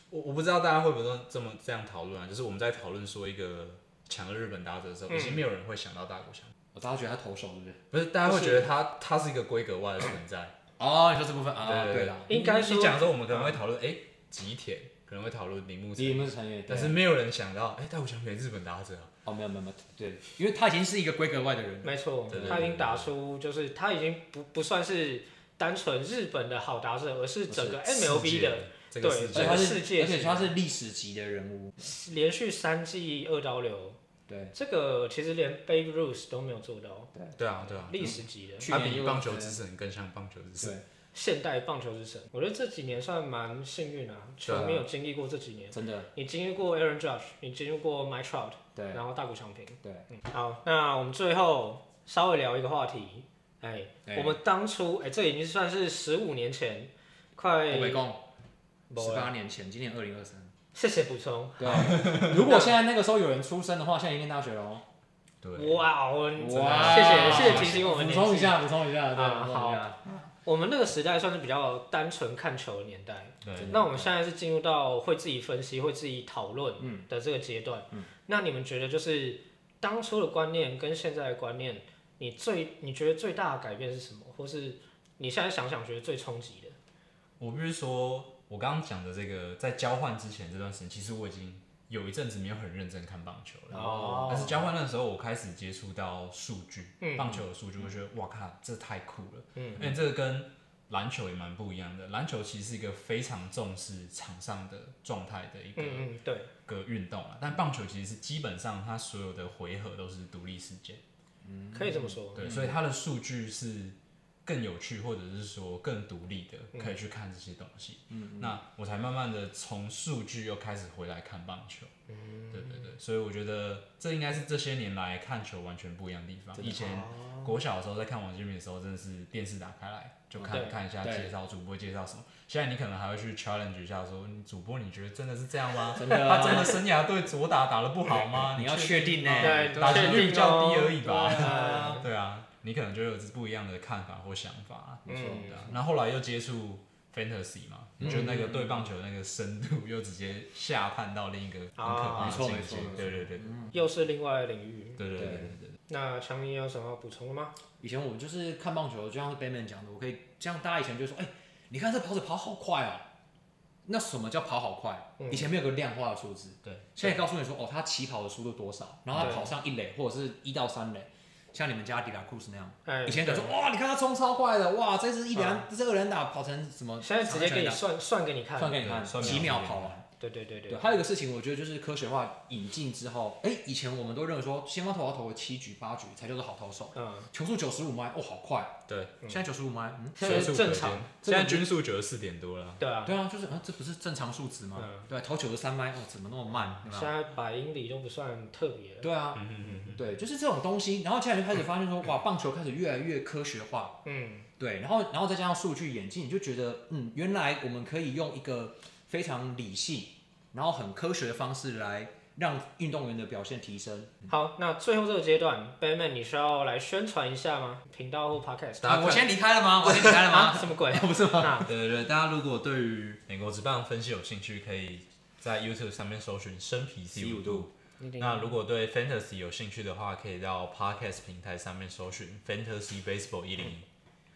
S3: 我我不知道大家会不会这么这样讨论啊，就是我们在讨论说一个强的日本打者的时候，
S2: 嗯
S3: 已经没有人会想到大谷翔平，
S1: 我大家觉得他投手是不是？
S3: 不是大家会
S2: 不
S3: 觉
S2: 是
S3: 得他他是一个规格外的存在。
S1: 哦，你说这部分啊，
S3: 对
S1: 对
S3: 对
S1: 啦，
S2: 应该
S3: 你
S2: 说
S3: 你讲的时候，我们可能会讨论哎吉田，可能会讨论铃木
S1: 你
S3: 诚，
S1: 们是成员，
S3: 但是没有人想到哎大谷翔平日本打者啊，
S1: 哦没有没有没有，对，因为他已经是一个规格外的人，
S2: 没错
S3: 对对，对
S2: 他已经打出，就是他已经不不算是单纯日本的好打者，而是整个
S3: 世界
S2: MLB 的
S3: 这个
S2: 对
S3: 世
S1: 而且
S3: 界
S1: 他是
S2: 世界
S1: 而且他
S2: 级
S1: 是历史级的人物，
S2: 连续三季二刀流，
S1: 对，
S2: 这个其实连 Babe Ruth 都没有做到，
S1: 嗯
S3: 对啊对啊，
S2: 历史级的。
S1: 去
S3: 他
S1: 年
S3: 比
S1: 又
S3: 棒球之神更像棒球之神。
S1: 对，
S2: 现代棒球之神。我觉得这几年算蛮幸运啊，球迷有经历过这几年。
S1: 真的
S2: 你经历过 Aaron Judge，你经历过 Mike Trout，
S1: 对
S2: 然后大谷翔平。
S1: 对，
S2: 嗯，好，那我们最后稍微聊一个话题，哎，
S1: 哎
S2: 我们当初，哎，这已经算是十五年前，快
S1: 我，没讲，
S2: 没啊
S1: 十
S2: 了
S1: 八年前，今年二零二三。
S2: 谢谢补充。
S1: 对啊， 如果现在那个时候有人出生的话，现在已经念大学了哦。
S3: 对，
S2: 哇哦，你真的
S1: 哇
S2: 谢谢谢谢提醒我们
S1: 补
S2: 年
S1: 充一
S2: 纪。
S1: 下，补充一下，对，
S2: 啊
S1: 补充一下。
S2: 我们那个时代算是比较单纯看球的年代，
S3: 对，
S2: 那我们现在是进入到会自己分析、会自己讨论
S3: 嗯
S2: 的这个阶段。那你们觉得就是当初的观念跟现在的观念，你最你觉得最大的改变是什么？或是你现在想想觉得最冲击的？
S3: 我必须说，我刚刚讲的这个在交换之前这段时间，其实我已经有一阵子没有很认真看棒球了。
S2: 哦
S3: 但是交换那时候，我开始接触到数据，
S2: 嗯
S3: 棒球的数据，我觉得哇靠，这太酷了。
S2: 嗯，
S3: 而且这个跟篮球也蛮不一样的。篮球其实是一个非常重视场上的状态的一个、
S2: 嗯嗯，对，
S3: 个运动啊，但棒球其实是基本上它所有的回合都是独立事件。嗯
S2: 可以这么说。嗯
S3: 对，所以它的数据是更有趣，或者是说更独立
S2: 嗯
S3: 的，可以去看这些东西。嗯，那我才慢慢的从数据又开始回来看棒球。嗯，对对对，所以我觉得这应该是这些年来看球完全不一样的地方。以
S2: 哦
S3: 前国小的时候在看王建民的时候，真的是电视打开来就看
S2: 对
S3: 看一下
S1: 对
S3: 介绍，主播介绍什么。现在你可能还会去 challenge 一下，说你主播你觉得真的是这样 吗？
S1: 真的啊
S3: 他真的生涯对左打打的不好 吗？
S1: 你要确定呢
S3: 吗
S2: 对
S3: 打
S2: 确
S3: 击率
S2: 定
S3: 较
S2: 哦
S3: 低而已吧。
S2: 对啊
S3: 对啊，你可能就有不一样的看法或想法啊。
S1: 没错，
S2: 嗯
S3: 对啊，那后来又接触 fantasy 嘛，就那个对棒球那个深度又直接下探到另一个很可怕
S1: 没
S3: 的
S1: 错没
S3: 境
S1: 错
S3: 界
S1: 没错。
S3: 对对对对
S2: 又是另外的领域。
S3: 对对对对对。
S2: 那强尼有什么要补充的吗？
S1: 以前我们就是看棒球，就像是 Batman 讲的，我可以这样，大家以前就说，哎、你看这跑者跑好快哦。那什么叫跑好快？
S2: 嗯
S1: 以前没有个量化的数字，
S3: 对，
S1: 现在告诉你说，哦，他起跑的速度多少，然后他
S2: 对
S1: 跑上一垒或者是一到三垒，像你们家迪拉库斯那样，
S2: 哎，
S1: 以前敢
S2: 对啊
S1: 说，哇，你看他冲超快的，哇，这是一连，这是二连打跑成什么？
S2: 现在直接给你算算给你看。
S1: 算给你看，
S3: 对算秒
S1: 几秒
S3: 给你
S1: 跑
S3: 看
S1: 完。
S2: 对对对对
S1: 对，还有一个事情，我觉得就是科学化引进之后，哎、以前我们都认为说先发投要投个七局八局才叫做好投手，
S2: 嗯，
S1: 球速九十五迈，哦，好快，
S3: 对，
S1: 现在九十五迈，嗯，
S2: 现在是正常。
S3: 现在均速九十四点多了。
S2: 对啊，
S1: 对啊，就是啊，这不是正常数值吗？
S2: 嗯
S1: 对，投九十三迈，哦，怎么那么慢？对
S2: 现
S1: 吧？
S2: 在百英里都不算特别了。
S1: 对啊，
S3: 嗯嗯嗯嗯。
S1: 对，就是这种东西，然后现在就开始发现说，哇，棒球开始越来越科学化，
S2: 嗯，
S1: 对，然后然后再加上数据演进，你就觉得嗯，原来我们可以用一个非常理性，然后很科学的方式来让运动员的表现提升。
S2: 好，那最后这个阶段，Batman，你需要来宣传一下吗？频道或 Podcast？
S3: 大家看
S1: 哎我先离开了吗？我先离开了
S2: 啊
S1: 吗？
S2: 什么鬼？
S1: 不是吗？
S2: 那
S3: 对对对，大家如果对于美国职棒分析有兴趣，可以在 YouTube 上面搜寻“生皮 C 五度”。那如果对 Fantasy 有兴趣的话，可以到 Podcast 平台上面搜寻 “Fantasy Baseball 一零一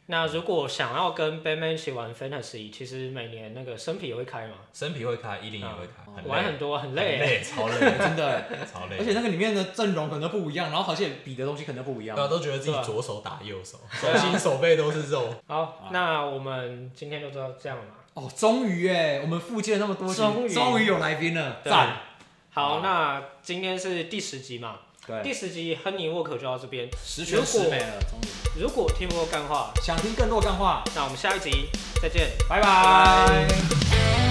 S2: 那如果想要跟 Batman 一起玩 Fantasy，其实每年那个生啤也会开嘛，”，
S3: 生皮会开，一零也会开，很
S2: 哦玩
S3: 累，
S2: 很多很
S3: 很
S2: 累。
S3: 累，超累，
S1: 真的，
S3: 超累。
S1: 而且那个里面的阵容可能都不一样，然后而且比的东西可能不一样
S3: 啊大。家都觉得自己
S2: 啊
S3: 左手打右手，手心手背都是肉。
S1: 啊
S2: 好，那我们今天就到这样了嘛。
S1: 哦，终于哎，我们复健那么多集，
S2: 终于
S1: 终于有来宾了，
S2: 对
S1: 赞！
S2: 好，那今天是第十集嘛，第
S1: 啊对，
S2: 十集亨尼沃克就到这边。
S1: 十全十美了，终于。
S2: 如果听不够干话，
S1: 想听更多干话，
S2: 那我们下一集再见。
S1: 拜拜。